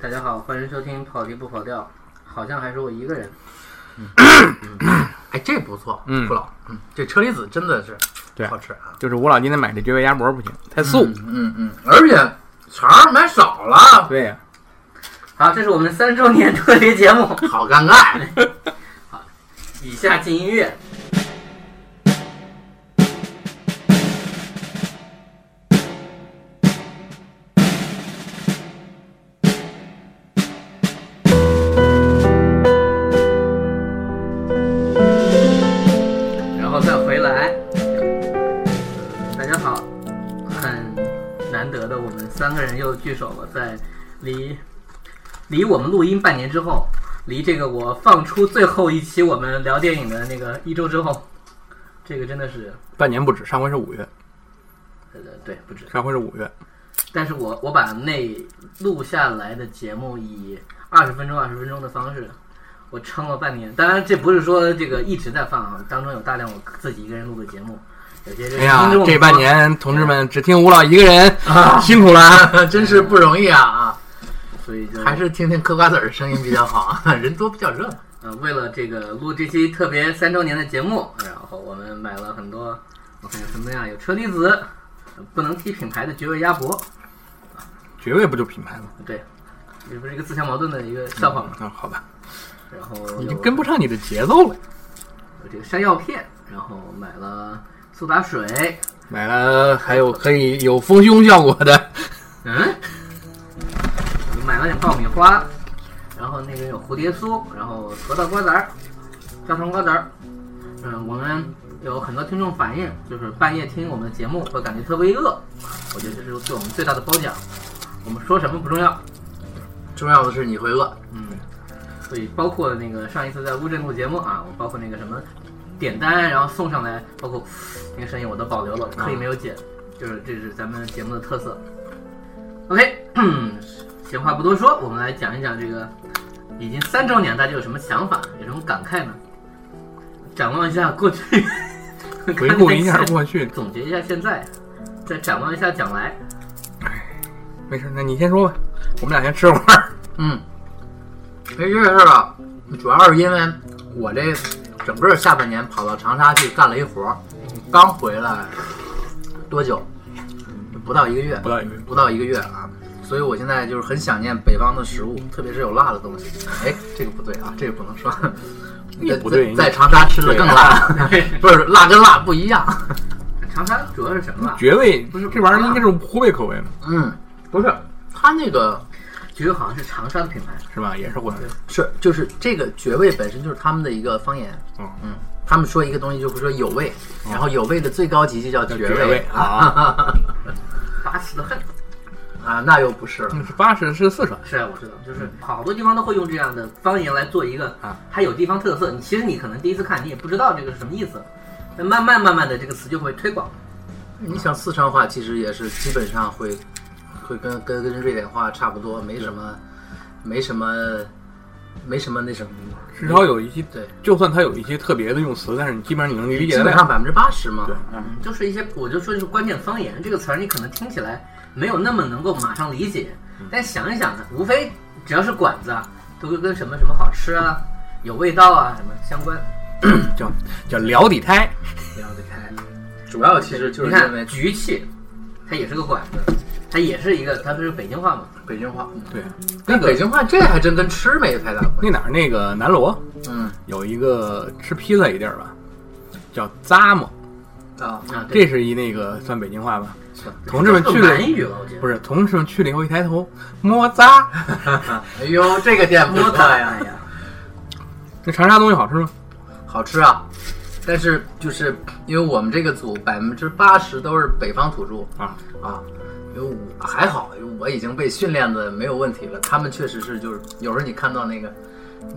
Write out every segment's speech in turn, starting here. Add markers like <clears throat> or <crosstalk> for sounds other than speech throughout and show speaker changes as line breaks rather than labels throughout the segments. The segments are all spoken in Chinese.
大家好，欢迎收听《跑题不跑调》，好像还是我一个人。
哎，这不错，
嗯
不老，嗯，这车厘子真的是
对
好吃啊，
就是我老今天买这绝味鸭脖不行，太素。
嗯嗯，而且肠儿买少了，
对呀、
好，这是我们三周年特别节目，
好尴尬。
以下进音乐。然后再回来。大家好，很难得的，我们三个人又聚首了，在离离我们录音半年之后，离这个我放出最后一期我们聊电影的那个一周之后，这个真的是
半年不止，上回是五月，
呃对不止。
上回是五月，
但是我我把那录下来的节目以二十分钟二十分钟的方式，我撑了半年。当然，这不是说这个一直在放啊，当中有大量我自己一个人录的节目，有些是
哎呀
听众，
这半
说
年同志们只听吴老一个人，辛苦了啊。
<laughs> 真是不容易啊啊！
所以就
还是听听嗑瓜子儿的声音比较好啊， <laughs> 人多比较热闹。
呃，为了这个录这期特别三周年的节目，然后我们买了很多，我看有什么呀？有车厘子，呃不能提品牌的绝味鸭脖，
绝味不就品牌吗？
对，这不是一个自相矛盾的一个笑话嘛。
啊，好吧，
然后
你
有
就跟不上你的节奏了。
有这个山药片，然后买了苏打水，
买了还有可以有丰胸效果 <laughs> 的，
嗯，买了点爆米花，然后那个有蝴蝶酥，然后核桃瓜子儿，焦糖瓜子儿。嗯，我们有很多听众反映，就是半夜听我们的节目会感觉特别饿，我觉得这是对我们最大的褒奖。我们说什么不重要，
重要的是你会饿，
嗯，所以包括那个上一次在乌镇录节目啊，我包括那个什么点单，然后送上来，包括那个声音我都保留了，刻意没有剪，
啊
就是这是咱们节目的特色。OK，闲话不多说，我们来讲一讲这个已经三周年，大家有什么想法，有什么感慨呢？展望一下过去， <laughs>
回顾一下过去。
总结一下现在，再展望一下将来。
没事，那你先说吧，我们俩先吃会儿。
嗯，没这事儿啊，主要是因为我这整个下半年跑到长沙去干了一活儿，刚回来多久？嗯不到一个月，
<laughs> 不到一个月
不到一个月啊，所以我现在就是很想念北方的食物，特别是有辣的东西。哎，这个不对啊，这个不能说。
<laughs> 也不对
在在长沙吃的更辣， <laughs> 不是辣跟辣不一样。
长沙主要是什么啊？
绝味不是这玩意儿应该是湖北口味吗？
嗯，
<laughs> 不是，
它那个
觉得好像是长沙的品牌，
是吧？也是湖北。
是就是这个爵味本身就是他们的一个方言。
嗯，
嗯，他们说一个东西就会说有味，然后有味的最高级就叫爵
爵哦味
啊
巴适的很。
<laughs> 啊，那又不是了。
那嗯是八十是四川，
是，啊我知道，就是好多地方都会用这样的方言来做一个
啊，
它有地方特色。你其实你可能第一次看，你也不知道这个是什么意思，但慢慢慢慢的这个词就会推广。
你想四川话其实也是基本上会会跟跟跟瑞典话差不多，没什么没什么没什么那什么，
至少有一些
对，
就算它有一些特别的用词，但是你基本上你能理解
基
得
本
了。
上百分之八十嘛
对。
嗯，就是一些，我就说就是关键方言这个词儿，你可能听起来没有那么能够马上理解，
嗯
但想一想呢，无非只要是馆子啊，都会跟什么什么好吃啊、有味道啊什么相关。
叫叫聊底胎，
不要得开。
主要其实
你看局气，它也是个馆子，它也是一个，它不是北京话嘛，
北京话，
对，
那北京话这还真跟吃没太大关
那哪儿那个南锣
系。嗯
有一个吃披萨一地儿吧，叫扎么，
啊，
啊，对
这是一那个算北京话吧
算。
同志们
这
去
是
了
满语吧，我觉得
不是，同事们去了以后一抬头，摸扎。
哎呦，这个店不
摸
错
它
呀，
哎呀。
那长沙东西好吃吗？
好吃啊。但是就是因为我们这个组百分之八十都是北方土著
啊，
啊，因为我还好，因为我已经被训练的没有问题了。他们确实是就是有时候你看到那个，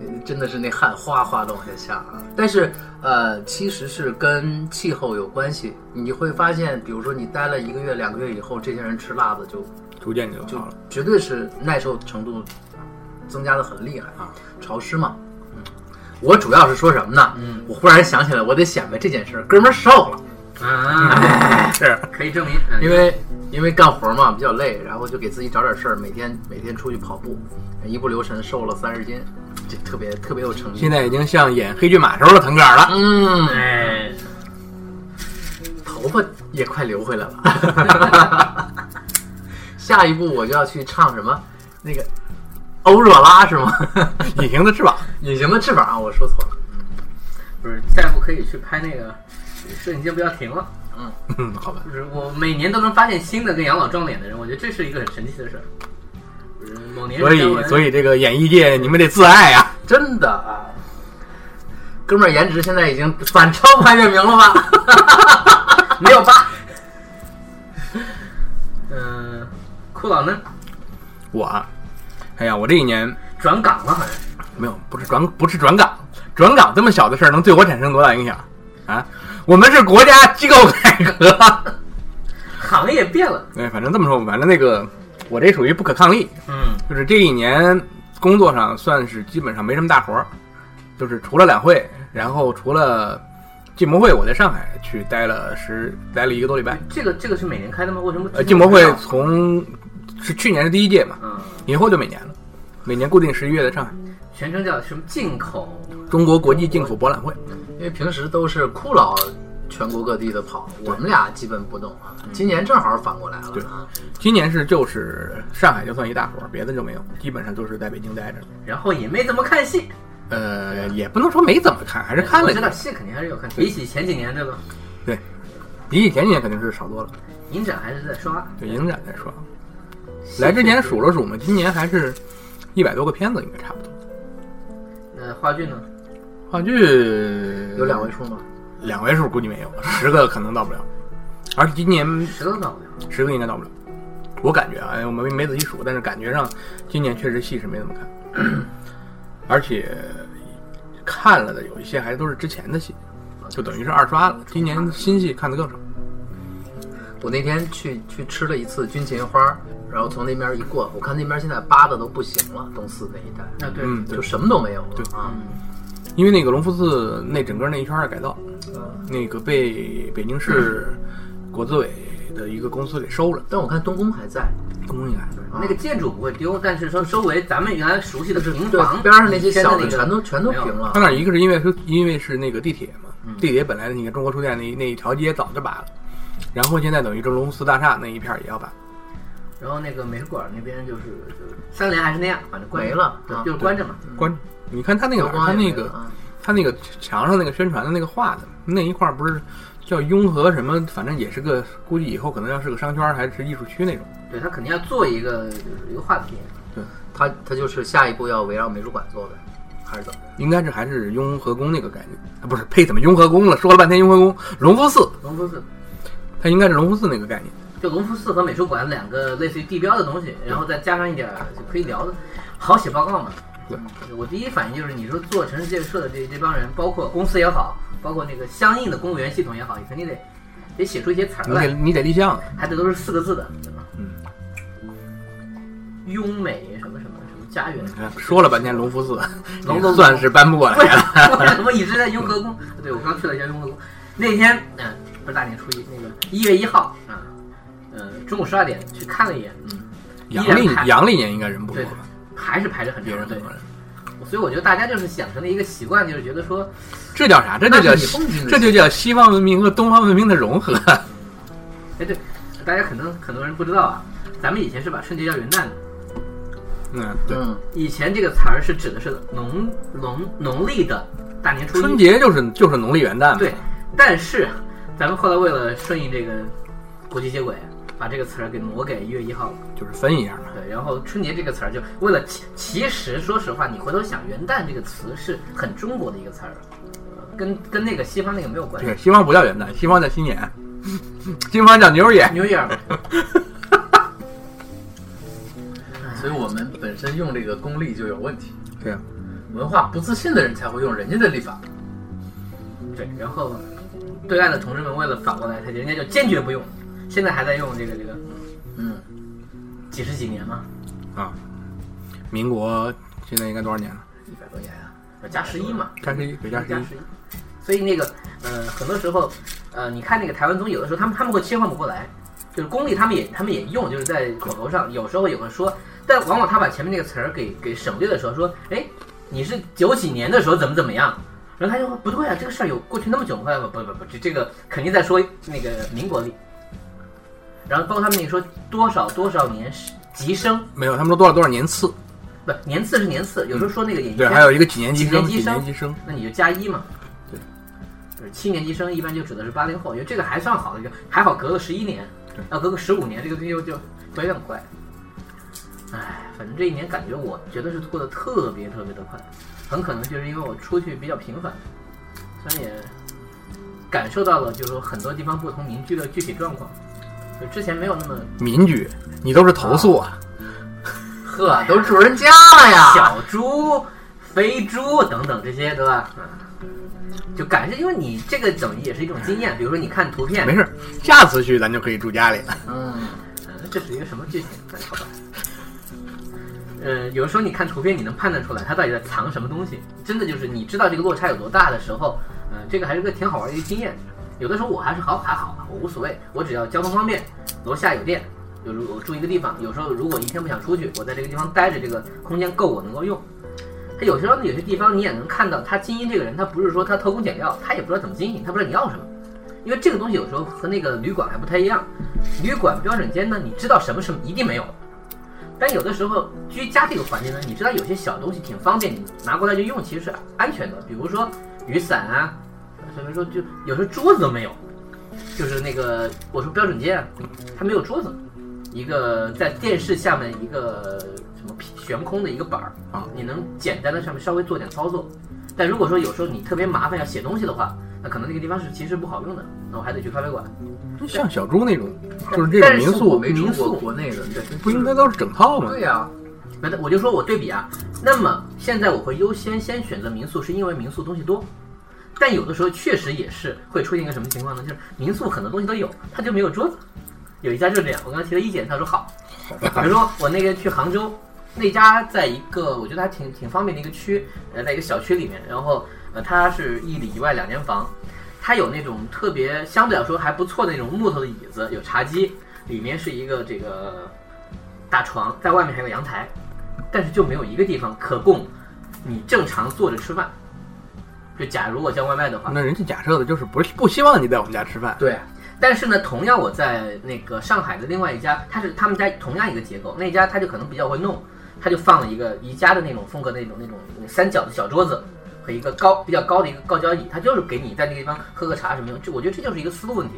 呃真的是那汗哗哗的往下下啊。但是呃，其实是跟气候有关系。你会发现，比如说你待了一个月、两个月以后，这些人吃辣的就
逐渐就
就
好了。
绝对是耐受程度增加的很厉害
啊，
潮湿嘛。嗯，我主要是说什么呢？嗯，我忽然想起来，我得显摆这件事儿，哥们儿瘦了，
啊，
是，
可以证明，嗯
因为因为干活嘛比较累，然后就给自己找点事儿，每天每天出去跑步，一不留神瘦了三十斤，这特别特别有成就
现。在已经像演黑骏马时候的腾格尔了。
嗯，
哎，
头发也快留回来了。 <laughs> 下一步我就要去唱什么？那个欧若拉是吗？ <laughs>
隐形的翅膀，
隐形的翅膀，啊我说错了。
不是，再不可以去拍那个摄影机不要停了。
嗯，好吧，
就是我每年都能发现新的跟养老撞脸的人，我觉得这是一个很神奇的事儿。就是某年
所以所
以
以这个演艺界你们得自爱啊。
真的啊，哥们儿颜值现在已经反超潘粤明了吧？
<laughs> 没有吧？嗯、酷老呢？
我啊，哎呀，我这一年
转岗了，好像
没有，不是转不是转岗，转岗这么小的事儿能对我产生多大影响啊？我们是国家机构改革， <laughs>
行业变了。
对，反正这么说，反正那个我这属于不可抗力，
嗯，
就是这一年工作上算是基本上没什么大活儿，就是除了两会，然后除了进博会，我在上海去待了十待了一个多礼拜。
这个这个是每年开的吗？为什么？
呃，进博会
啊
从是去年是第一届嘛，
嗯，
以后就每年了，每年固定十一月在上海
全称叫什么进口？
中国国际进口博览会。
因为平时都是酷老全国各地的跑，我们俩基本不动啊。今年正好反过来了啊，
今年是就是上海就算一大活儿，别的就没有，基本上就是在北京待着。
然后也没怎么看戏，
呃，也不能说没怎么看，还是看了
我
一
知
下
道。戏肯定还是有看，比起前几年对吧？
比起前几年肯定是少多了。
影展还是在刷。
对影展来说，来之前数了数嘛，今年还是一百多个片子，应该差不多。
那话呃剧呢？
话剧
有两位数吗？
两位数估计没有，十个可能到不了，而且今年
石头到不了。
十个应该到不了。我感觉啊，我没没仔细数，但是感觉上今年确实戏是没怎么看，而且看了的有一些还都是之前的戏，就等于是二刷了。今年新戏看的更少。
我那天去去吃了一次军芹花，然后从那边一过，我看那边现在扒的都不行了，东四那一带
那对，嗯
嗯，对
就，什么都没有了
对
啊。
因为那个龙福寺那整个那一圈儿的改造，
嗯
那个被北京市国资委的一个公司给收了，
但我看东宫还在，啊
公共一改。
那个建筑不会丢，但是说周围咱们原来熟悉的平
对
房
边上那些
以前
小
那
的
个
全都全都
没有
平
他
了。
那儿一个是因为是因为是那个地铁嘛，地铁本来你看中国书店那一那一条街早就拔了，然后现在等于这龙福寺大厦那一片儿也要拔。
然后那个美术馆那边就是就是三联还是那样，反正关着
没了
对
啊
就是关着嘛。
关，你看他那个
流
哪儿，
光
他
也
那
没
个
了啊
他那个墙上那个宣传的那个画的那一块儿不是叫雍和什么，反正也是个估计以后可能要是个商圈儿还是艺术区那种。
对他肯定要做一个就是一个话题，
他他就是下一步要围绕美术馆做的，还是怎么着？
应该是还是雍和宫那个感觉，啊，不是呸，怎么雍和宫了？说了半天雍和宫，隆福寺，
龙福寺。
它应该是隆福寺那个概念。
就龙福寺和美术馆两个类似于地标的东西，然后再加上一点儿就可以聊的，好写报告嘛。
对
嗯，我第一反应就是你说做城市建设的这这帮人，包括公司也好，包括那个相应的公务员系统也好，你肯定得得写出一些词儿
你得
来，
你得立项啊，
还得都是四个字的，对吧？
嗯。
雍美什么什么什么家园， <laughs>
你看说了半天隆福寺，
龙福寺
也算是搬不过来
为
了。
什么一直在雍和宫？对我刚去了一下雍和宫，那天嗯、不是大年初一，那个一月一号啊，呃，中午十二点去看了一眼，
阳
依
历
然排
阳历年应该人不多
对
吧？
还是排着很
别人
长
很
队
多。人，
所以我觉得大家就是养成了一个习惯，就是觉得说，
这叫啥？这
那
就叫
是你风景的
这就叫西方文明和东方文明的融合。
哎，对，大家可能很多人不知道啊，咱们以前是把春节叫元旦的，
<laughs> 嗯，对，
嗯，
以前这个词儿是指的是农农农历的大年初一，
春节就是就是农历元旦嘛。
啊对，但是啊咱们后来为了顺应这个国际接轨，把这个词儿给挪给一月一号了，
就是分一下嘛。
对，然后春节这个词儿就为了其其实说实话，你回头想元旦这个词是很中国的一个词儿，呃跟跟那个西方那个没有关系
对，。西方不叫元旦，西方叫新年， <laughs> 西方叫牛年。
New Year，
所以我们本身用这个功力就有问题。
对啊，
文化不自信的人才会用人家的历法。
对，然后对岸的同志们为了反过来，他人家就坚决不用，现在还在用这个这个
嗯，
几十几年嘛，
啊，民国现在应该多少年了？
一百多年啊，
加十一嘛，
三十一，北加十
加
一。
十一。所以那个呃，很多时候呃，你看那个台湾综艺，有的时候他们他们会切换不过来，就是功力他们也他们也用，就是在口头上有时候也会说，但往往他把前面那个词儿给给省略的时候说，哎，你是九几年的时候怎么怎么样。然后他就说不对啊，这个事儿有过去那么久吗？不不不不，这这个肯定在说那个民国历。然后包括他们那个说多少多少年是吉生，
没有，他们说多少多少年次，
不年次是年次，有时候说那个也一
对，
样
还有一个几年级生，
几年级
几
生
年级生，
那你就加一嘛。
对，
就是七年级生一般就指的是八零后，因为这个还算好的，一个，还好隔个十一年
对，
要隔个十五年，这个东西就就回得很快。唉，反正这一年感觉我觉得是过得特别特别的快，很可能就是因为我出去比较频繁，虽然也感受到了就是说很多地方不同民居的具体状况，就之前没有那么
民居，你都是投诉啊，
呵，都住人家了呀。
小猪、肥猪等等这些，对吧？嗯，就感觉，因为你这个等于也是一种经验，比如说你看图片，
没事儿，下次去咱就可以住家里了。
嗯，
嗯，这是一个什么剧情？好吧。呃，有时候你看图片，你能判断出来它到底在藏什么东西。真的就是你知道这个落差有多大的时候，呃，这个还是个挺好玩的一个经验。有的时候我还是好还好，我无所谓，我只要交通方便，楼下有店，有如我住一个地方。有时候如果一天不想出去，我在这个地方待着，这个空间够我能够用。他有时候呢有些地方你也能看到，他经营这个人，他不是说他偷工减料，他也不知道怎么经营，他不知道你要什么。因为这个东西有时候和那个旅馆还不太一样，旅馆标准间呢，你知道什么是一定没有，但有的时候居家这个环境呢，你知道有些小东西挺方便，你拿过来就用，其实是安全的，比如说雨伞啊，甚至说就有时候桌子都没有，就是那个我说标准间啊，它没有桌子，一个在电视下面一个什么悬空的一个板儿
啊，
你能简单的上面稍微做点操作，但如果说有时候你特别麻烦要写东西的话，那可能那个地方是其实不好用的，那我还得去咖啡馆。
像小猪那种，就是这种民
但是我
宿
没住
民
过
宿
国内的，对
不应该都是整套吗
对？呀，
没的，我就说我对比啊。那么现在我会优先先选择民宿，是因为民宿东西多。但有的时候确实也是会出现一个什么情况呢？就是民宿很多东西都有，它就没有桌子。有一家就是这样，我刚才提了意见，他说好。比如说我那个去杭州，那家在一个我觉得还挺挺方便的一个区，呃，在一个小区里面，然后呃，它是一里一外两间房，它有那种特别相对来说还不错的那种木头的椅子，有茶几，里面是一个这个大床，在外面还有个阳台，但是就没有一个地方可供你正常坐着吃饭。就假如我叫外卖的话，
那人家假设的就是不是不希望你在我们家吃饭，
对，
但是呢，同样我在那个上海的另外一家，它是他们家同样一个结构，那家他就可能比较会弄，他就放了一个宜家的那种风格那种那种三角的小桌子和一个高比较高的一个高脚椅，他就是给你在那个地方喝个茶什么用，这我觉得这就是一个思路问题。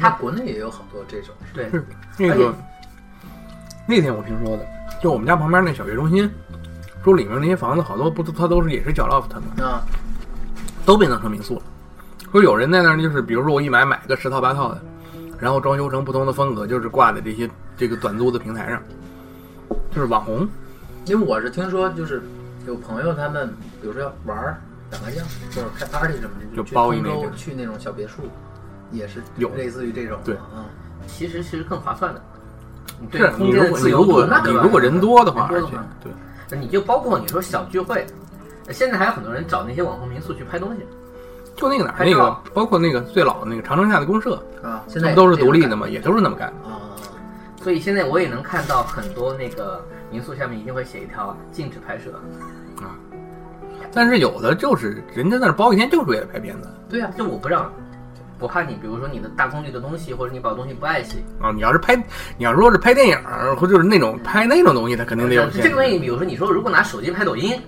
他国内也有好多这种，
对，
是 <clears throat>
哎
那个那天我听说的，就我们家旁边那小学中心，说里面那些房子好多不都它都是也是小 loft 嘛，
啊，
都变成民宿了。说有人在那儿就是，比如说我一买买个十套八套的，然后装修成不同的风格，就是挂在这些这个短租的平台上，就是网红。
因为我是听说就是有朋友他们，比如说要玩儿打麻将或者开 party 什么的，
就
去
包一
通
那
州
个
去那种小别墅，也是
有
类似于这种的，
对
啊，
其实是更划算的。你对
是你
空间
如
的
果
自
你
由
如
度
果
嘛，对
你
吧
如果人多的话，
人
而
多
且
的话
对，
你就包括你说小聚会，现在还有很多人找那些网红民宿去拍东西。
就那个哪儿
拍
那个
照，
包括那个最老的那个长城下的公社，
啊，现在
他们都是
这种
独立的
感
嘛，也都是那么干的。
觉啊，
所以现在我也能看到很多那个民宿下面一定会写一条禁止拍摄。
但是有的就是人家在那儿包一天就是为了拍片子
对呀，
就我不让，我怕你，比如说你的大功率的东西，或者你把东西不爱惜。
啊！你要是拍，你要说是拍电影儿或者就是那种拍那种东西，他肯定得有限
这个东西，
制。
比如说你说如果拿手机拍抖音，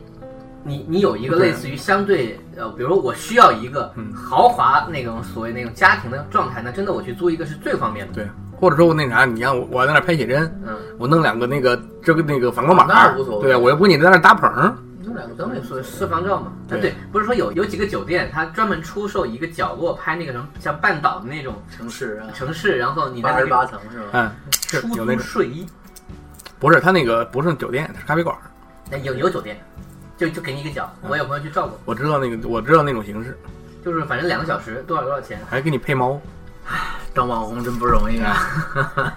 你你有一个类似于相对呃，比如说我需要一个
嗯
豪华那种所谓那种家庭的状态，那真的我去租一个是最方便的。
对，或者说我那啥，你让我我在那儿拍写真，
嗯，
我弄两个那个这个那个反光板儿，
那无所谓
对啊我又不你在那儿搭棚儿，
弄两个灯也
所
说
谓私房照嘛。啊
对
对，不是说有有几个酒店，它专门出售一个角落拍那个什么像半岛的那种
城市啊，
城市，然后你在
八
那
十
里
八层是吧？
嗯，是
出
有那
租
种，
睡衣，
不是他那个不是酒店，是咖啡馆儿。
那有有酒店，就就给你一个角。
嗯
我有朋友去照顾，
我知道那个，我知道那种形式，
就是反正两个小时多少多少钱。
还给你配猫，
当网红真不容易啊，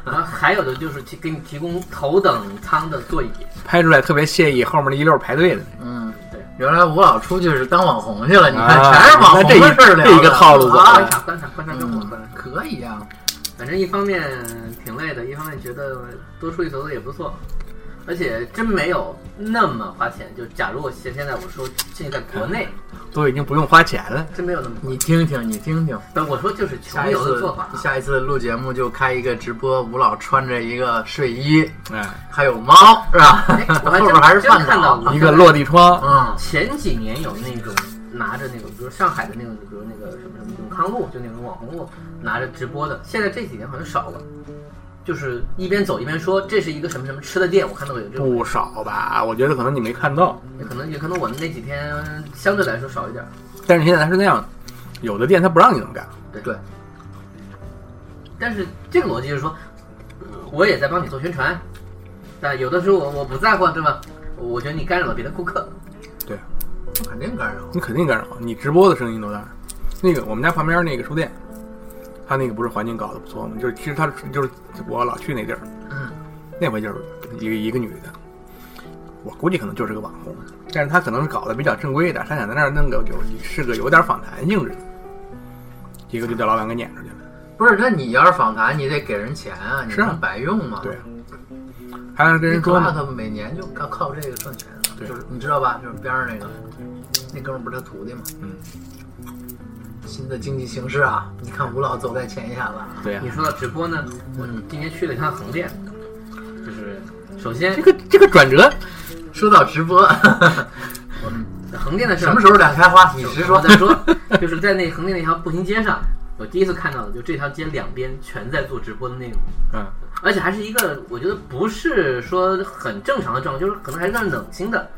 然后还有的就是提给你提供头等舱的座椅，
拍出来特别惬意，后面那一溜儿排队的。
嗯，
对，
原来我老出去是当网红去了，你看
啊
全是网红
那这一
的事儿聊的
这一个套路
观
啊
察观察观察生活，观察
嗯，可以啊，
反正一方面挺累的，一方面觉得多出去走走也不错，而且真没有那么花钱。就假如我现现在我说现在国内
都已经不用花钱了。
真没有那么，
你听听，你听听，
但我说就是穷
下一
游的
次 <laughs>
做法啊，
下一次录节目就开一个直播，吴老穿着一个睡衣，
哎，
还有猫，是吧？
哎我还
后
真
边还是啊
真
饭
看到
岛，
过
一个落地窗，
嗯，
前几年有那种拿着那种，比如上海的那种，比如那个什么什么永康路，就那种网红路，拿着直播的。现在这几年好像少了，就是一边走一边说这是一个什么什么吃的店，我看到过有这种，
不少吧？我觉得可能你没看到，
也可能也可能我们那几天相对来说少一点。
但是现在是那样，有的店他不让你这么干，
对，
但是这个逻辑就是说，呃我也在帮你做宣传，但有的时候我我不在乎，对吧？我觉得你干扰了别的顾客，
肯定干扰。
你肯定干扰，你直播的声音都大。那个我们家旁边那个书店，他那个不是环境搞得不错吗？就是其实他就是我老去那地儿，
嗯，
那回就是一个一个女的，我估计可能就是个网红，但是她可能是搞得比较正规一点，她想在那儿弄个有是个有点访谈性质的，结果就叫老板给撵出去了。
不是，那你要是访谈，你得给人钱啊，你
是啊
能白用吗？
对，还让跟
那
人
克
说
拉
呢，
克每年就靠靠这个赚钱了，
对
就是你知道吧？就是边上那个那哥们儿不是他徒弟吗？
嗯，
新的经济形势啊，你看吴老走在前沿了。
对呀、
你说啊到直播呢，我
嗯
今天去了一趟横店，就是首先
这个这个转折，
说到直播，
横店的事
<laughs> 什
儿
么时候两开花？你是
我
说
在说，就是在那横店那条步行街上，我第一次看到的，就这条街两边全在做直播的内容，
嗯，
而且还是一个我觉得不是说很正常的状态，就是可能还是算冷清的，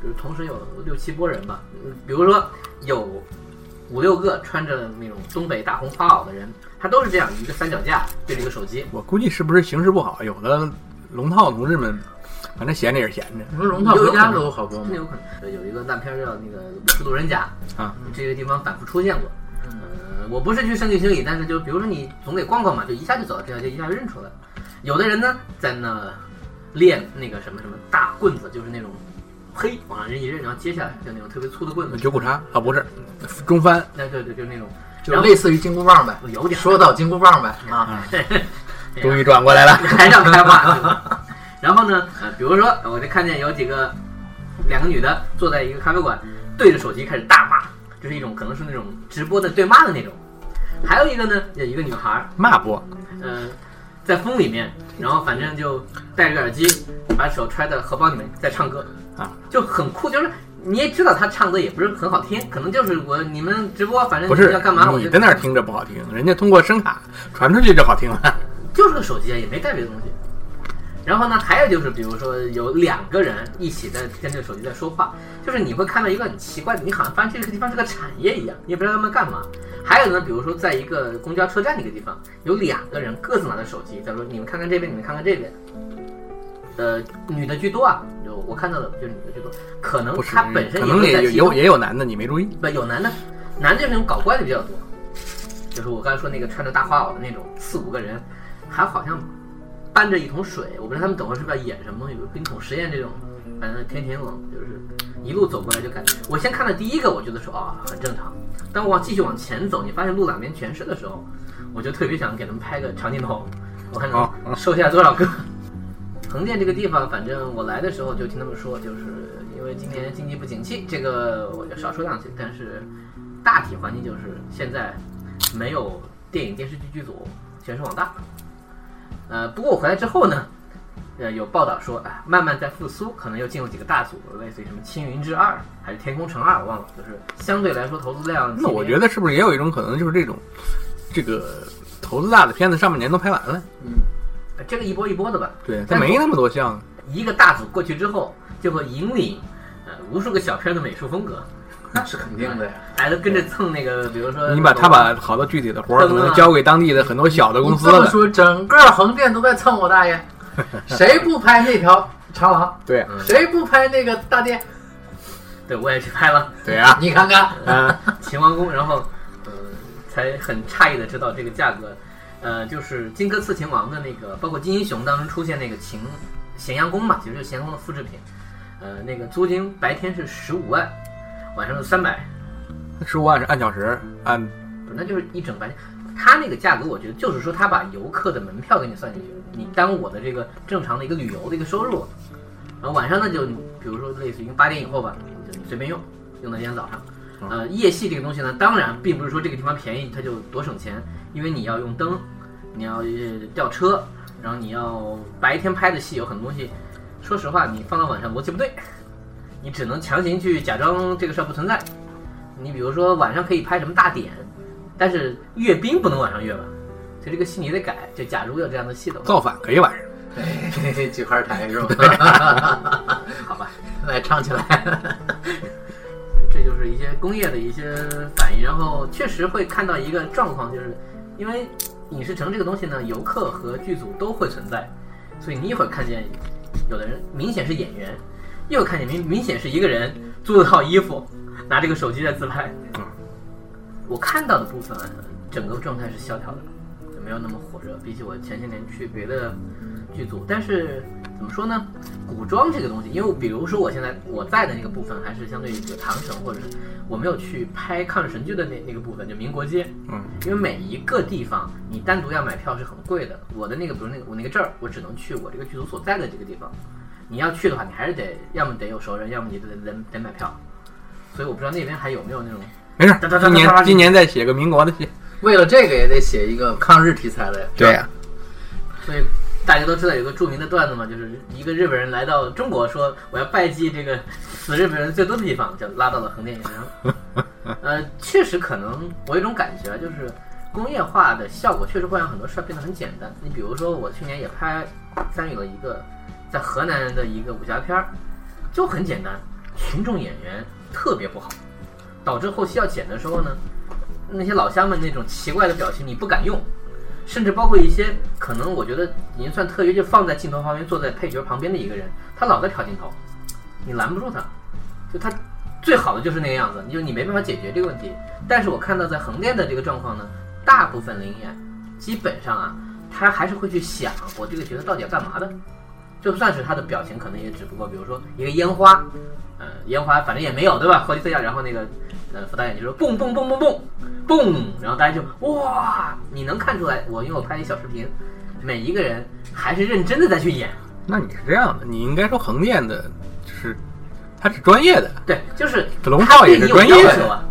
就是同时有六七波人吧，嗯比如说有五六个穿着那种东北大红花袄的人，他都是这样一个三脚架对着一个手机，
我估计是不是形势不好，有的龙套同志们，反正闲着也是闲着，
你说龙套回家都好播
真的
吗？
有可能有一个烂片儿叫那个《我是路人甲》
啊，
这个地方反复出现过。
嗯
呃，我不是去圣地巡礼，但是就比如说你总得逛逛嘛，就一下就走到这条街，一下就认出来了。有的人呢在那练那个什么什么大棍子，就是那种嘿往上扔一扔，然后接下来就那种特别粗的棍子。
九股茶啊不是中翻，
那对对，就是那种呃
就类似于金箍棒呗。
有点儿
说到金箍棒呗啊，
终于转过来了，
哎还让开话是吧？ <laughs> 然后呢，呃，比如说我就看见有几个两个女的坐在一个咖啡馆，对着手机开始大骂，就是一种可能是那种直播的对骂的那种。还有一个呢，有一个女孩儿，
骂播，
呃，在风里面，然后反正就戴着个耳机，把手揣在荷包里面在唱歌
啊，
就很酷，就是。你也知道她唱的也不是很好听，可能就是我你们直播，反正
不是
嗯要干嘛，我
你
就
在那儿听着不好听，人家通过声卡传出去就好听
<laughs>
了。
就是个手机啊，也没带别的东西。然后呢，还有就是，比如说有两个人一起在跟这个手机在说话，就是你会看到一个很奇怪的，你好像发现这个地方是个产业一样，你也不知道他们干嘛。还有呢，比如说在一个公交车站的一个地方，有两个人各自拿着手机，在说你们看看这边，你们看看这边。呃，女的居多啊，就我看到的就是女的居多，可能
不是
她本，身
可
也
能
会在
也有
其中
有也有男的，你没注意。
不有男的，男的就是那种搞怪的比较多，就是我刚才说那个穿着大花袄的那种，四五个人，还好像搬着一桶水，我不知道他们等会儿是不是要演什么东西，有冰桶实验这种，反正天挺冷，就是一路走过来就感觉，我先看到第一个，我觉得说啊、很正常，当我往继续往前走，你发现路两边全是的时候，我就特别想给他们拍个长镜头，我看
啊
能瘦下来多少个。 <laughs> 横店这个地方，反正我来的时候就听他们说，就是因为今年经济不景气，这个我就少说两句。但是大体环境就是现在没有电影电视剧剧组，全是网大。呃，不过我回来之后呢，呃，有报道说，哎，慢慢在复苏，可能又进入几个大组，类似于什么《青云志二》还是《天空城二》，我忘了，就是相对来说投资量。
那我觉得是不是也有一种可能，就是这种这个投资大的片子上半年都拍完了，
嗯
得呃这个一波一波的吧，
对，它没那么多项。
一个大组过去之后，就会引领呃无数个小片的美术风格。
那是肯定的呀。
大家都跟着蹭那个，比如说
你把他把好多具体的活儿可
啊
能交给当地的很多小的公司
你这么
了，
说，整个横店都在蹭我大 <laughs> 爷，谁不拍那条长廊？
对啊
谁不拍那个大殿？
嗯对我也去拍了
对呀，
你看 <laughs> 看，
嗯，
秦王宫，然后呃才很诧异的知道这个价格，呃就是荆轲刺秦王的那个，包括金英雄当时出现那个秦咸阳宫嘛，其实就是咸阳宫的复制品，呃那个租金白天是十五万，晚上是三百，
十五万是按小时，按
不是那就是一整白天。它那个价格，我觉得就是说，它把游客的门票给你算进去，你耽误我的这个正常的一个旅游的一个收入。然后晚上呢，就你比如说类似于八点以后吧，就你随便用，用到今天早上。呃，夜戏这个东西呢，当然并不是说这个地方便宜它就多省钱，因为你要用灯，你要呃吊车，然后你要白天拍的戏有很多东西，说实话，你放到晚上逻辑不对，你只能强行去假装这个事儿不存在。你比如说晚上可以拍什么大典，但是阅兵不能晚上阅吧，所以这个戏你得改。就假如有这样的系统，
造反可以晚上。
对，举牌台是吧？
好吧， <laughs>
来唱起来。
这就是一些工业的一些反应。然后确实会看到一个状况，就是因为影视城这个东西呢，游客和剧组都会存在，所以你一会儿看见有的人明显是演员，一会儿看见明明显是一个人租了套衣服，拿这个手机在自拍。我看到的部分，整个状态是萧条的，没有那么火热。比起我前些年去别的剧组，但是怎么说呢？古装这个东西，因为比如说我现在我在的那个部分，还是相对于比如长城，或者是我没有去拍抗日神剧的那那个部分，就民国街。
嗯，
因为每一个地方你单独要买票是很贵的。我的那个，比如那个我那个证儿，我只能去我这个剧组所在的这个地方。你要去的话，你还是得要么得有熟人，要么你得得得买票。所以我不知道那边还有没有那种
没事
哒哒，哒
今
哒哒
年今年再写个民国的戏。
为了这个也得写一个抗日题材的呀。
对呀、
所以大家都知道有个著名的段子嘛，就是一个日本人来到中国说我要拜祭这个死日本人最多的地方，就拉到了横店影城。呃，确实可能我有一种感觉就是工业化的效果确实会让很多事儿变得很简单。你比如说我去年也拍参与了一个在河南的一个武侠片儿，就很简单，群众演员特别不好，导致后期要剪的时候呢，那些老乡们那种奇怪的表情你不敢用。甚至包括一些可能我觉得已经算特约，就放在镜头旁边坐在配角旁边的一个人，他老在瞟镜头，你拦不住他，就他最好的就是那个样子，你就你没办法解决这个问题。但是我看到在横店的这个状况呢，大部分灵演基本上啊，他还是会去想我这个角色到底要干嘛的，就算是他的表情可能也只不过比如说一个烟花，呃，烟花反正也没有对吧？后期特效，然后那个呃副导演就说蹦蹦蹦蹦蹦蹦，然后大家就哇，你能看出来，我因为我拍一小视频，每一个人还是认真的在去演。
那你是这样的，你应该说横店的，就是他是专业的。
对，就是
龙
他
套也
对你
是
有
专业
要
的
求啊。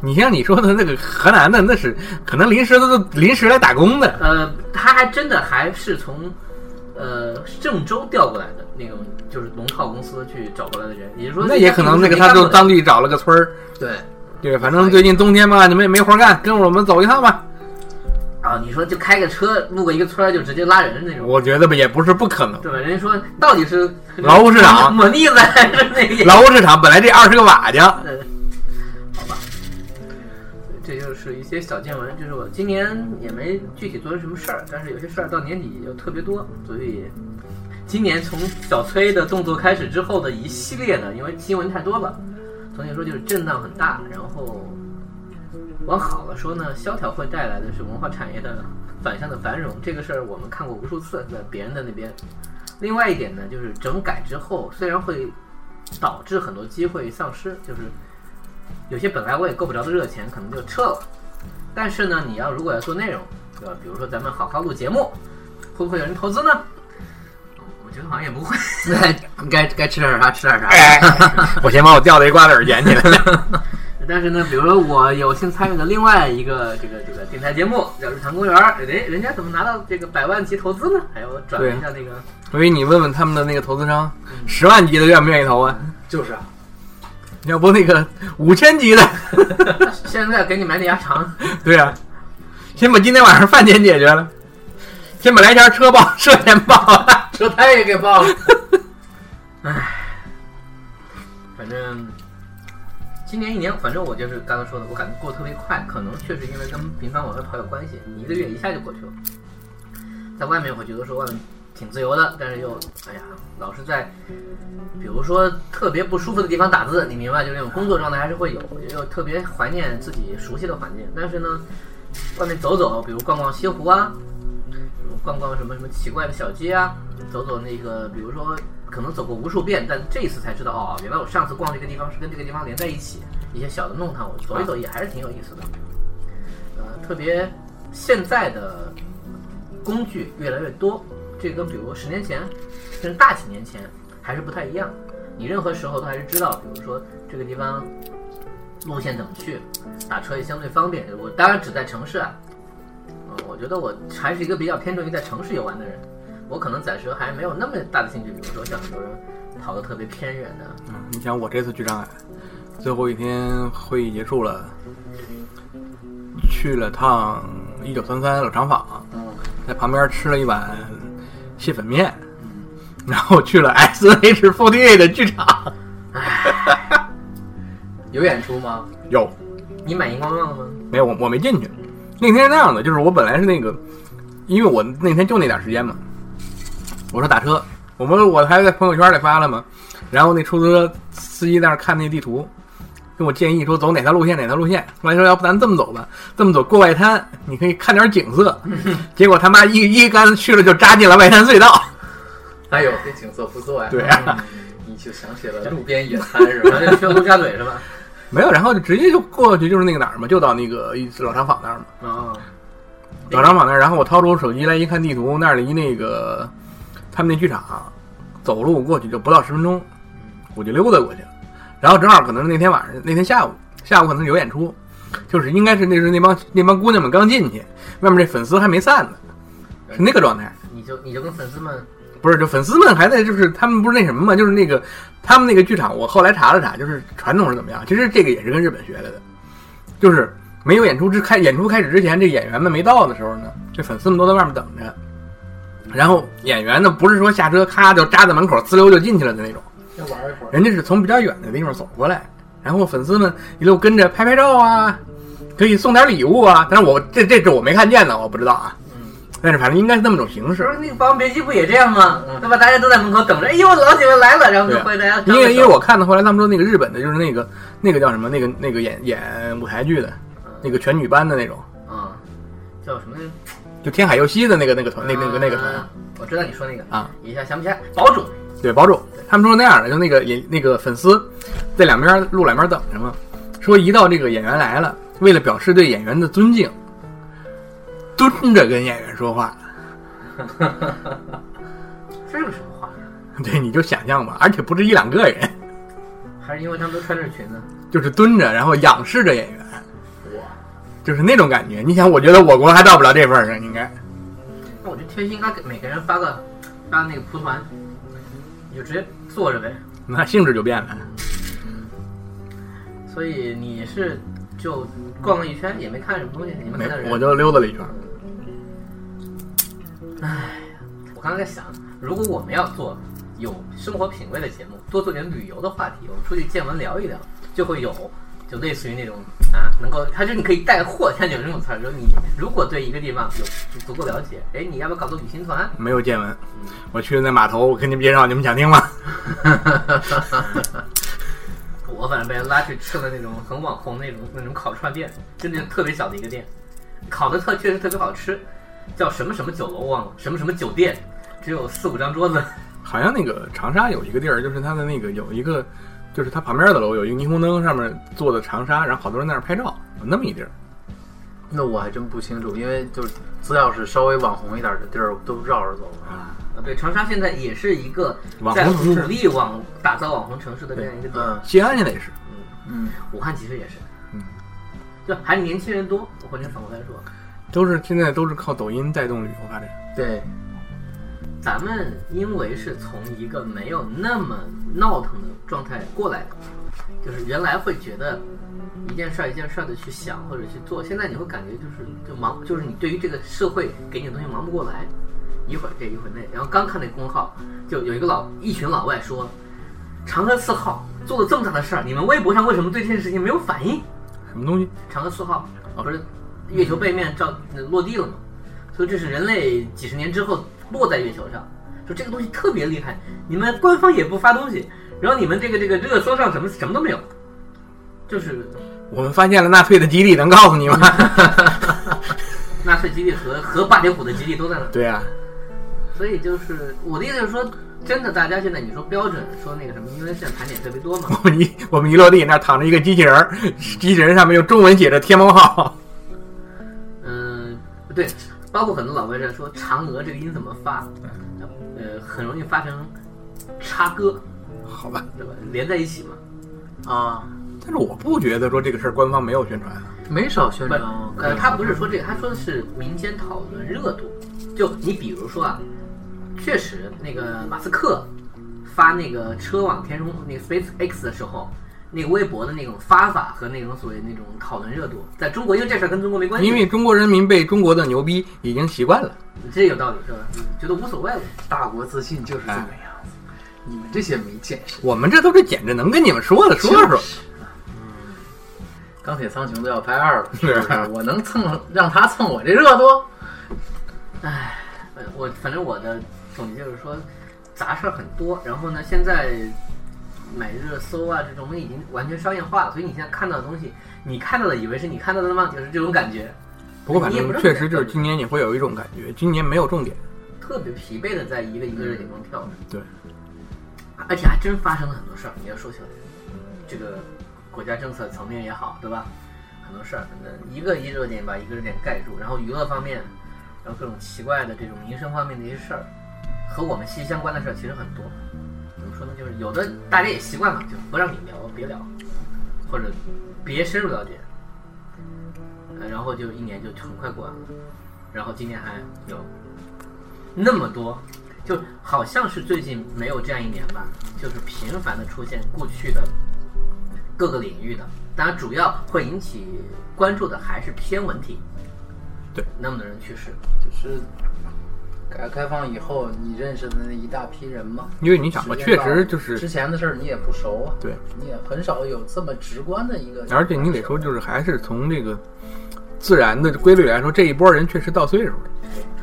你像你说的那个河南的，那是可能临时都临时来打工的。
呃，他还真的还是从呃郑州调过来的那种，就是龙套公司去找过来的人，也就是说
那也可能那个他就
就
当地找了个村儿，
对，
对，反正最近冬天嘛，你们也没活干，跟我们走一趟吧。
啊，你说就开个车路过一个村儿就直接拉人那种，
我觉得吧，也不是不可能。
对吧？人家说到底是
劳务市
<laughs>
场
抹腻子还是那个？
劳务市场本来这二十个瓦匠，
呃好吧，这就是一些小见闻。就是我今年也没具体做成什么事儿，但是有些事儿到年底又特别多，所以今年从小崔的动作开始之后的一系列的，因为新闻太多了，总体来说就是震荡很大。然后往好了说呢，萧条会带来的是文化产业的反向的繁荣，这个事儿我们看过无数次，在别人的那边。另外一点呢，就是整改之后，虽然会导致很多机会丧失，就是有些本来我也够不着的热钱，可能就撤了。但是呢，你要如果要做内容，对吧？比如说咱们好好录节目，会不会有人投资呢？我觉得好像也 <laughs> 不会。
那该该吃点啥吃点啥。
哎，我先把我掉的一瓜子儿捡起来。
但是呢，比如说我有幸参与的另外一个这个这个电台节目叫《日坛公园》，哎，人家怎么拿到这个百万级投资呢？还有转了一下那个，
<laughs> 所以你问问他们的那个投资商，十万级的愿不愿意投啊？
就是啊，
要不那个五千级的，
<laughs> 现在给你买点鸭肠，
对呀、先把今天晚上饭钱解决了，先把来钱车报车钱报了。
车胎也给爆了。
反正今年一年，反正我就是刚才说的，我感觉过得特别快，可能确实因为跟频繁往外跑有关系，一个月一下就过去了。在外面，我觉得说外面挺自由的，但是又哎呀，老是在比如说特别不舒服的地方打字，你明白，就是那种工作状态还是会有，又特别怀念自己熟悉的环境。但是呢，外面走走，比如逛逛西湖啊，逛逛什么什么奇怪的小街啊，走走那个，比如说可能走过无数遍，但这一次才知道哦，原来我上次逛这个地方是跟这个地方连在一起，一些小的弄堂我走一走也还是挺有意思的。呃，特别现在的工具越来越多，这跟比如十年前，甚至大几年前还是不太一样。你任何时候都还是知道，比如说这个地方路线怎么去，打车也相对方便。我当然只在城市啊，嗯，我觉得我还是一个比较偏重于在城市游玩的人。我可能暂时还没有那么大的兴趣，比如说像很多人跑得特别偏远的，
<laughs> 嗯你想我这次去上海，最后一天会议结束了，去了趟一九三三老厂坊，在旁边吃了一碗蟹粉面，然后去了 S H 4 8的剧场，
有演出吗？
有
你买荧光棒了吗？
没有我我没进去。那天是那样的，就是我本来是那个，因为我那天就那点时间嘛，我说打车，我们我还在朋友圈里发了嘛，然后那出租车司机在那儿看那地图，跟我建议说走哪条路线哪条路线，后来说要不咱这么走吧，这么走过外滩，你可以看点景色，结果他妈一一竿子去了就扎进了外滩隧道，
哎呦，这景色不错呀！嗯
对啊
你就想起了路边野餐是
然？
吧
后就去了陆家嘴是吧？
没有，然后就直接就过去就是那个哪儿嘛，就到那个一老厂坊那儿嘛。
<laughs>
哦，
老张坊那儿，然后我掏出手机来一看地图，那儿离那个他们那剧场走路过去就不到十分钟，我就溜达过去了。然后正好可能是那天晚上，那天下午，下午可能有演出，就是应该是那是那帮那帮姑娘们刚进去，外面这粉丝还没散呢，是那个状态。
你就你就跟粉丝们
不是，就粉丝们还在，就是他们不是那什么嘛，就是那个他们那个剧场，我后来查了查，就是传统是怎么样。其实这个也是跟日本学来的，就是没有演出之开演出开始之前，这演员们没到的时候呢，这粉丝们都在外面等着。然后演员呢，不是说下车咔就扎在门口呲溜就进去了的那种，
先玩一会儿。
人家是从比较远的地方走过来，然后粉丝们一路跟着拍拍照啊，可以送点礼物啊。但是我这这这我没看见呢，我不知道啊。但是反正应该是那么种形式
不。是那个《霸王别姬》不也这样吗？对吧？大家都在门口等着，哎呦，老姐们来了，然后就
嗯对啊
回大家。
因为因为我看到后来他们说那个日本的就是那个那个叫什么那个那个演演舞台剧的那个全女班的那种，
啊，叫什么来着？
就天海佑希的那个那个哦团那那个那个
啊
团，
我知道你说那个
啊，
一下想不起来。堡主，
对保主，他们说那样的，就那个演那个粉丝在两边路两边等着嘛，说一到这个演员来了，为了表示对演员的尊敬，蹲着跟演员说话， <laughs>
这是什么话呀？
对你就想象吧，而且不是一两个人，
还是因为他们都穿着裙子？
就是蹲着然后仰视着演员，
哇，
就是那种感觉。你想，我觉得我国还到不了这份儿上，应该。
那我觉得天心应该给每个人发个发那个蒲团，你就直接坐着呗。
那性质就变了。
所以你是就逛了一圈也没看什么东西，也没
没
看到，人。
我就溜达了一圈儿。
我刚才在想，如果我们要做有生活品味的节目，多做点旅游的话题，我们出去见闻聊一聊，就会有就类似于那种啊，能够，它就是你可以带货，像有这种词儿，就是你如果对一个地方有足够了解，哎，你要不要搞个旅行团？
没有见闻。我去那码头，我跟你们介绍，你们想听吗？ <laughs>
我反正被拉去吃了那种很网红那种那种烤串店，真的特别小的一个店，烤的特确实特别好吃，叫什么什么酒楼忘了，什么什么酒店，只有四五张桌子， <laughs> 啊
好像那个长沙有一个地儿，就是它的那个有一个，就是它旁边的楼有一个霓虹灯，上面做的长沙，然后好多人在那儿拍照，有那么一地儿。
那我还真不清楚，因为就是资料是稍微网红一点的地儿，我都绕着走。
啊，对，长沙现在也是一个
网
在
红城市
努力往打造网红城市的这样一个地方。
嗯
西安现在也是，
嗯，
武汉其实也是，
嗯，
就还是年轻人多。我回头反过来说，
都是现在都是靠抖音带动旅游发展。
对，
咱们因为是从一个没有那么闹腾的状态过来的，就是原来会觉得一件事儿一件事儿的去想或者去做，现在你会感觉就是就忙，就是你对于这个社会给你的东西忙不过来，一会儿这一会儿那。然后刚看那公号，就有一个老一群老外说，长河四号做了这么大的事儿，你们微博上为什么对这件事情没有反应？
什么东西？
嫦娥四号不是月球背面照落地了吗？所以这是人类几十年之后落在月球上，说这个东西特别厉害，你们官方也不发东西，然后你们这个这个热搜上什么什么都没有，就是
我们发现了纳粹的基地，能告诉你吗？
纳粹基地和和霸铁虎的基地都在那儿。
<laughs> 对啊呀、
所以就是我的意思就是说，真的大家现在你说标准说那个什么，因为现在盘点特别多嘛，
<laughs> 我们一我们一落地，那儿躺着一个机器人儿，机器人上面用中文写着“天猫号
嗯、对，包括很多老外在说嫦娥这个音怎么发，呃，很容易发成叉哥，
<laughs> 好吧。
对吧？连在一起嘛。
啊，
但是我不觉得说这个事儿官方没有宣传啊。
没少宣
不
传啊。
呃，他不是说这个，他说的是民间讨论热度。就你比如说啊，确实那个马斯克发那个车往天空那个 Space X 的时候，那个微博的那种发法和那种所谓那种讨论热度，在中国，因为这事儿跟中国没关系，
因为中国人民被中国的牛逼已经习惯了。
这有道理是吧？嗯觉得无所谓了。
大国自信就是这么样子。你们这些没见识，
我们这都是捡着能跟你们说的说说。
钢铁苍穹都要拍二了，
是
不我能蹭让他蹭我这热度？
呃，我反正我的总结就是说，杂事儿很多。然后呢，现在买热搜啊这种东西已经完全商业化了，所以你现在看到的东西，你看到的以为是你看到的吗？就是这种感觉，
不过反
你也不
正
是
确实就是今年你会有一种感觉，今年没有重点。
特别疲惫的在一个一个热点中跳着，
对，
而且还真发生了很多事儿。你要说起来，这个国家政策层面也好，对吧？很多事儿，那一个一热点把一个热点盖住，然后娱乐方面，然后各种奇怪的这种民生方面的一些事儿，和我们息息相关的事儿其实很多。怎么说呢？就是有的大家也习惯了，就不让你聊，别聊，或者别深入了解。呃，然后就一年就很快过完了，然后今年还有那么多，就好像是最近没有这样一年吧，就是频繁的出现过去的各个领域的，当然主要会引起关注的还是偏文体，
对，
那么多人去世，
就是改革开放以后，你认识的那一大批人吗？
因为你想吧，
时间
确
到
实就
之
是
前的事儿你也不熟啊，
对，
你也很少有这么直观的一个。
而且你得说，就是还是从这个自然的规律来说，这一波人确实到岁数了。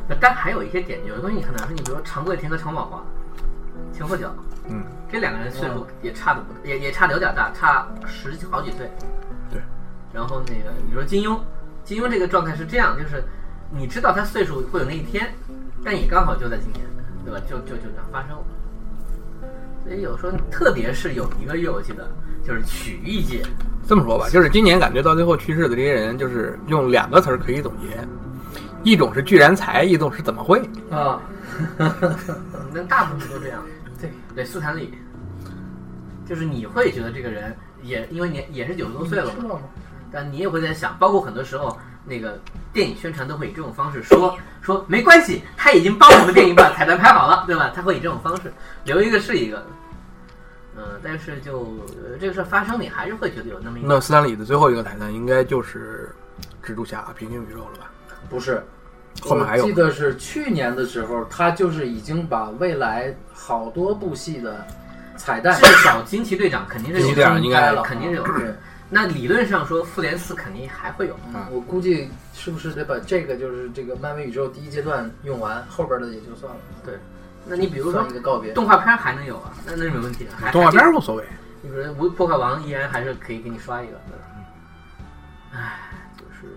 那但还有一些点，有的东西很难说，你比如说常贵田和常宝华，前后脚
嗯，
这两个人岁数也差的不、也也差有点大，差十几好几岁，
对，
然后那个你说金庸，金庸这个状态是这样，就是你知道他岁数会有那一天，但也刚好就在今年，对吧？就就就这样发生了。所以有时候，特别是有一个月，我记得就是曲艺界，
这么说吧，就是今年感觉到最后去世的这些人，就是用两个词儿可以总结，一种是聚然才，一种是怎么会。
啊，
<laughs> 那大部分都这样。
对，
对，斯坦李，就是你会觉得这个人也因为年也是九十多岁了嘛，
吗？
但你也会在想，包括很多时候那个电影宣传都会以这种方式
哎
说说没关系，他已经帮我们电影把彩蛋拍好了，对吧？他会以这种方式留一个是一个。嗯、但是就、呃这个事儿发生，你还是会觉得有那么一个
那斯坦李的最后一个彩蛋应该就是蜘蛛侠平行宇宙了吧？
不是，
后面还有
我记得是去年的时候，他就是已经把未来好多部戏的彩蛋
至少惊奇队长肯定是
惊
有
奇队长
的，
应该
了，
肯定是有的
对，
那理论上说复联四肯定还会有，
啊
嗯我估计是不是得把这个就是这个漫威宇宙第一阶段用完，后边的也就算了，
那你比如说
算一个告别。
动画片还能有啊，那那是没问题的。还
动画片儿无所谓。
你比如说无破坏王依然还是可以给你刷一个，对吧？唉，就是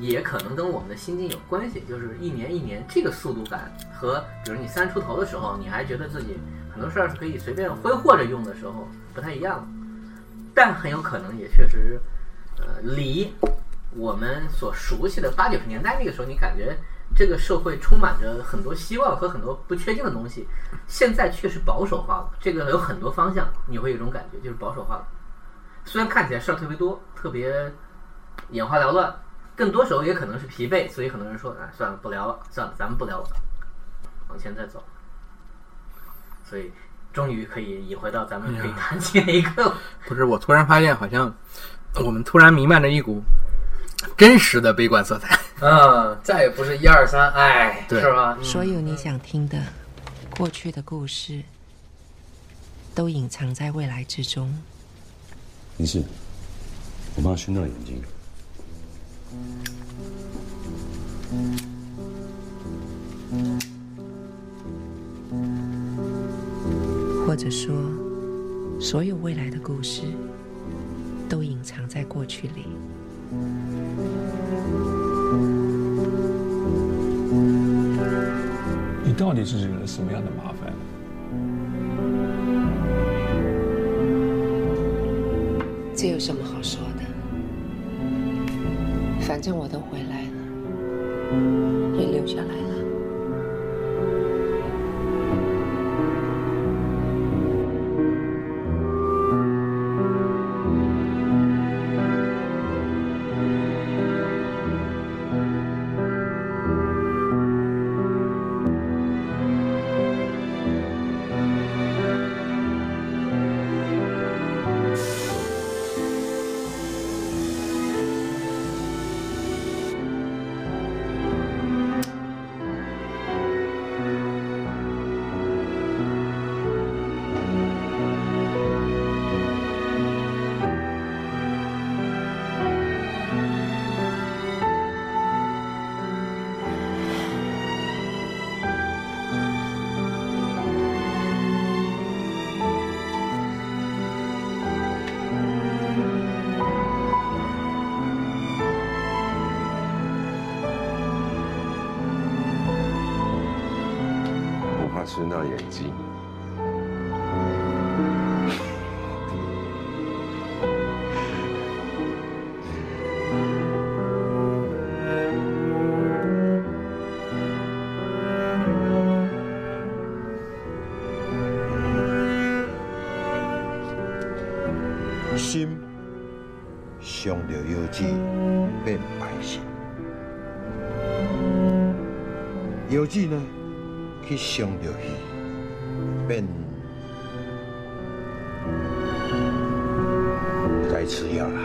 也可能跟我们的心境有关系，就是一年一年这个速度感和，比如你三十出头的时候，你还觉得自己很多事儿是可以随便挥霍着用的时候不太一样了，但很有可能也确实，呃，离我们所熟悉的八九十年代那个时候，你感觉。这个社会充满着很多希望和很多不确定的东西，现在确实保守化了，这个有很多方向，你会有一种感觉，就是保守化了。虽然看起来事儿特别多，特别眼花缭乱，更多时候也可能是疲惫，所以很多人说，哎，算了，不聊了，算了，咱们不聊了，往前再走。所以，终于可以引回到咱们可以谈起一个，
不是，我突然发现，好像我们突然弥漫着一股真实的悲观色彩。
嗯，再也不是一二三，哎，
对
是吧？
所有你想听的过去的故事，都隐藏在未来之中。
没事，我帮他熏掉眼睛。
或者说，所有未来的故事都隐藏在过去里。
你到底是惹了什么样的麻烦？
这有什么好说的？反正我都回来了，也留下来了。
我怕吃到眼睛。
心伤着腰子变白色，腰子呢去伤着鱼变该吃药啦。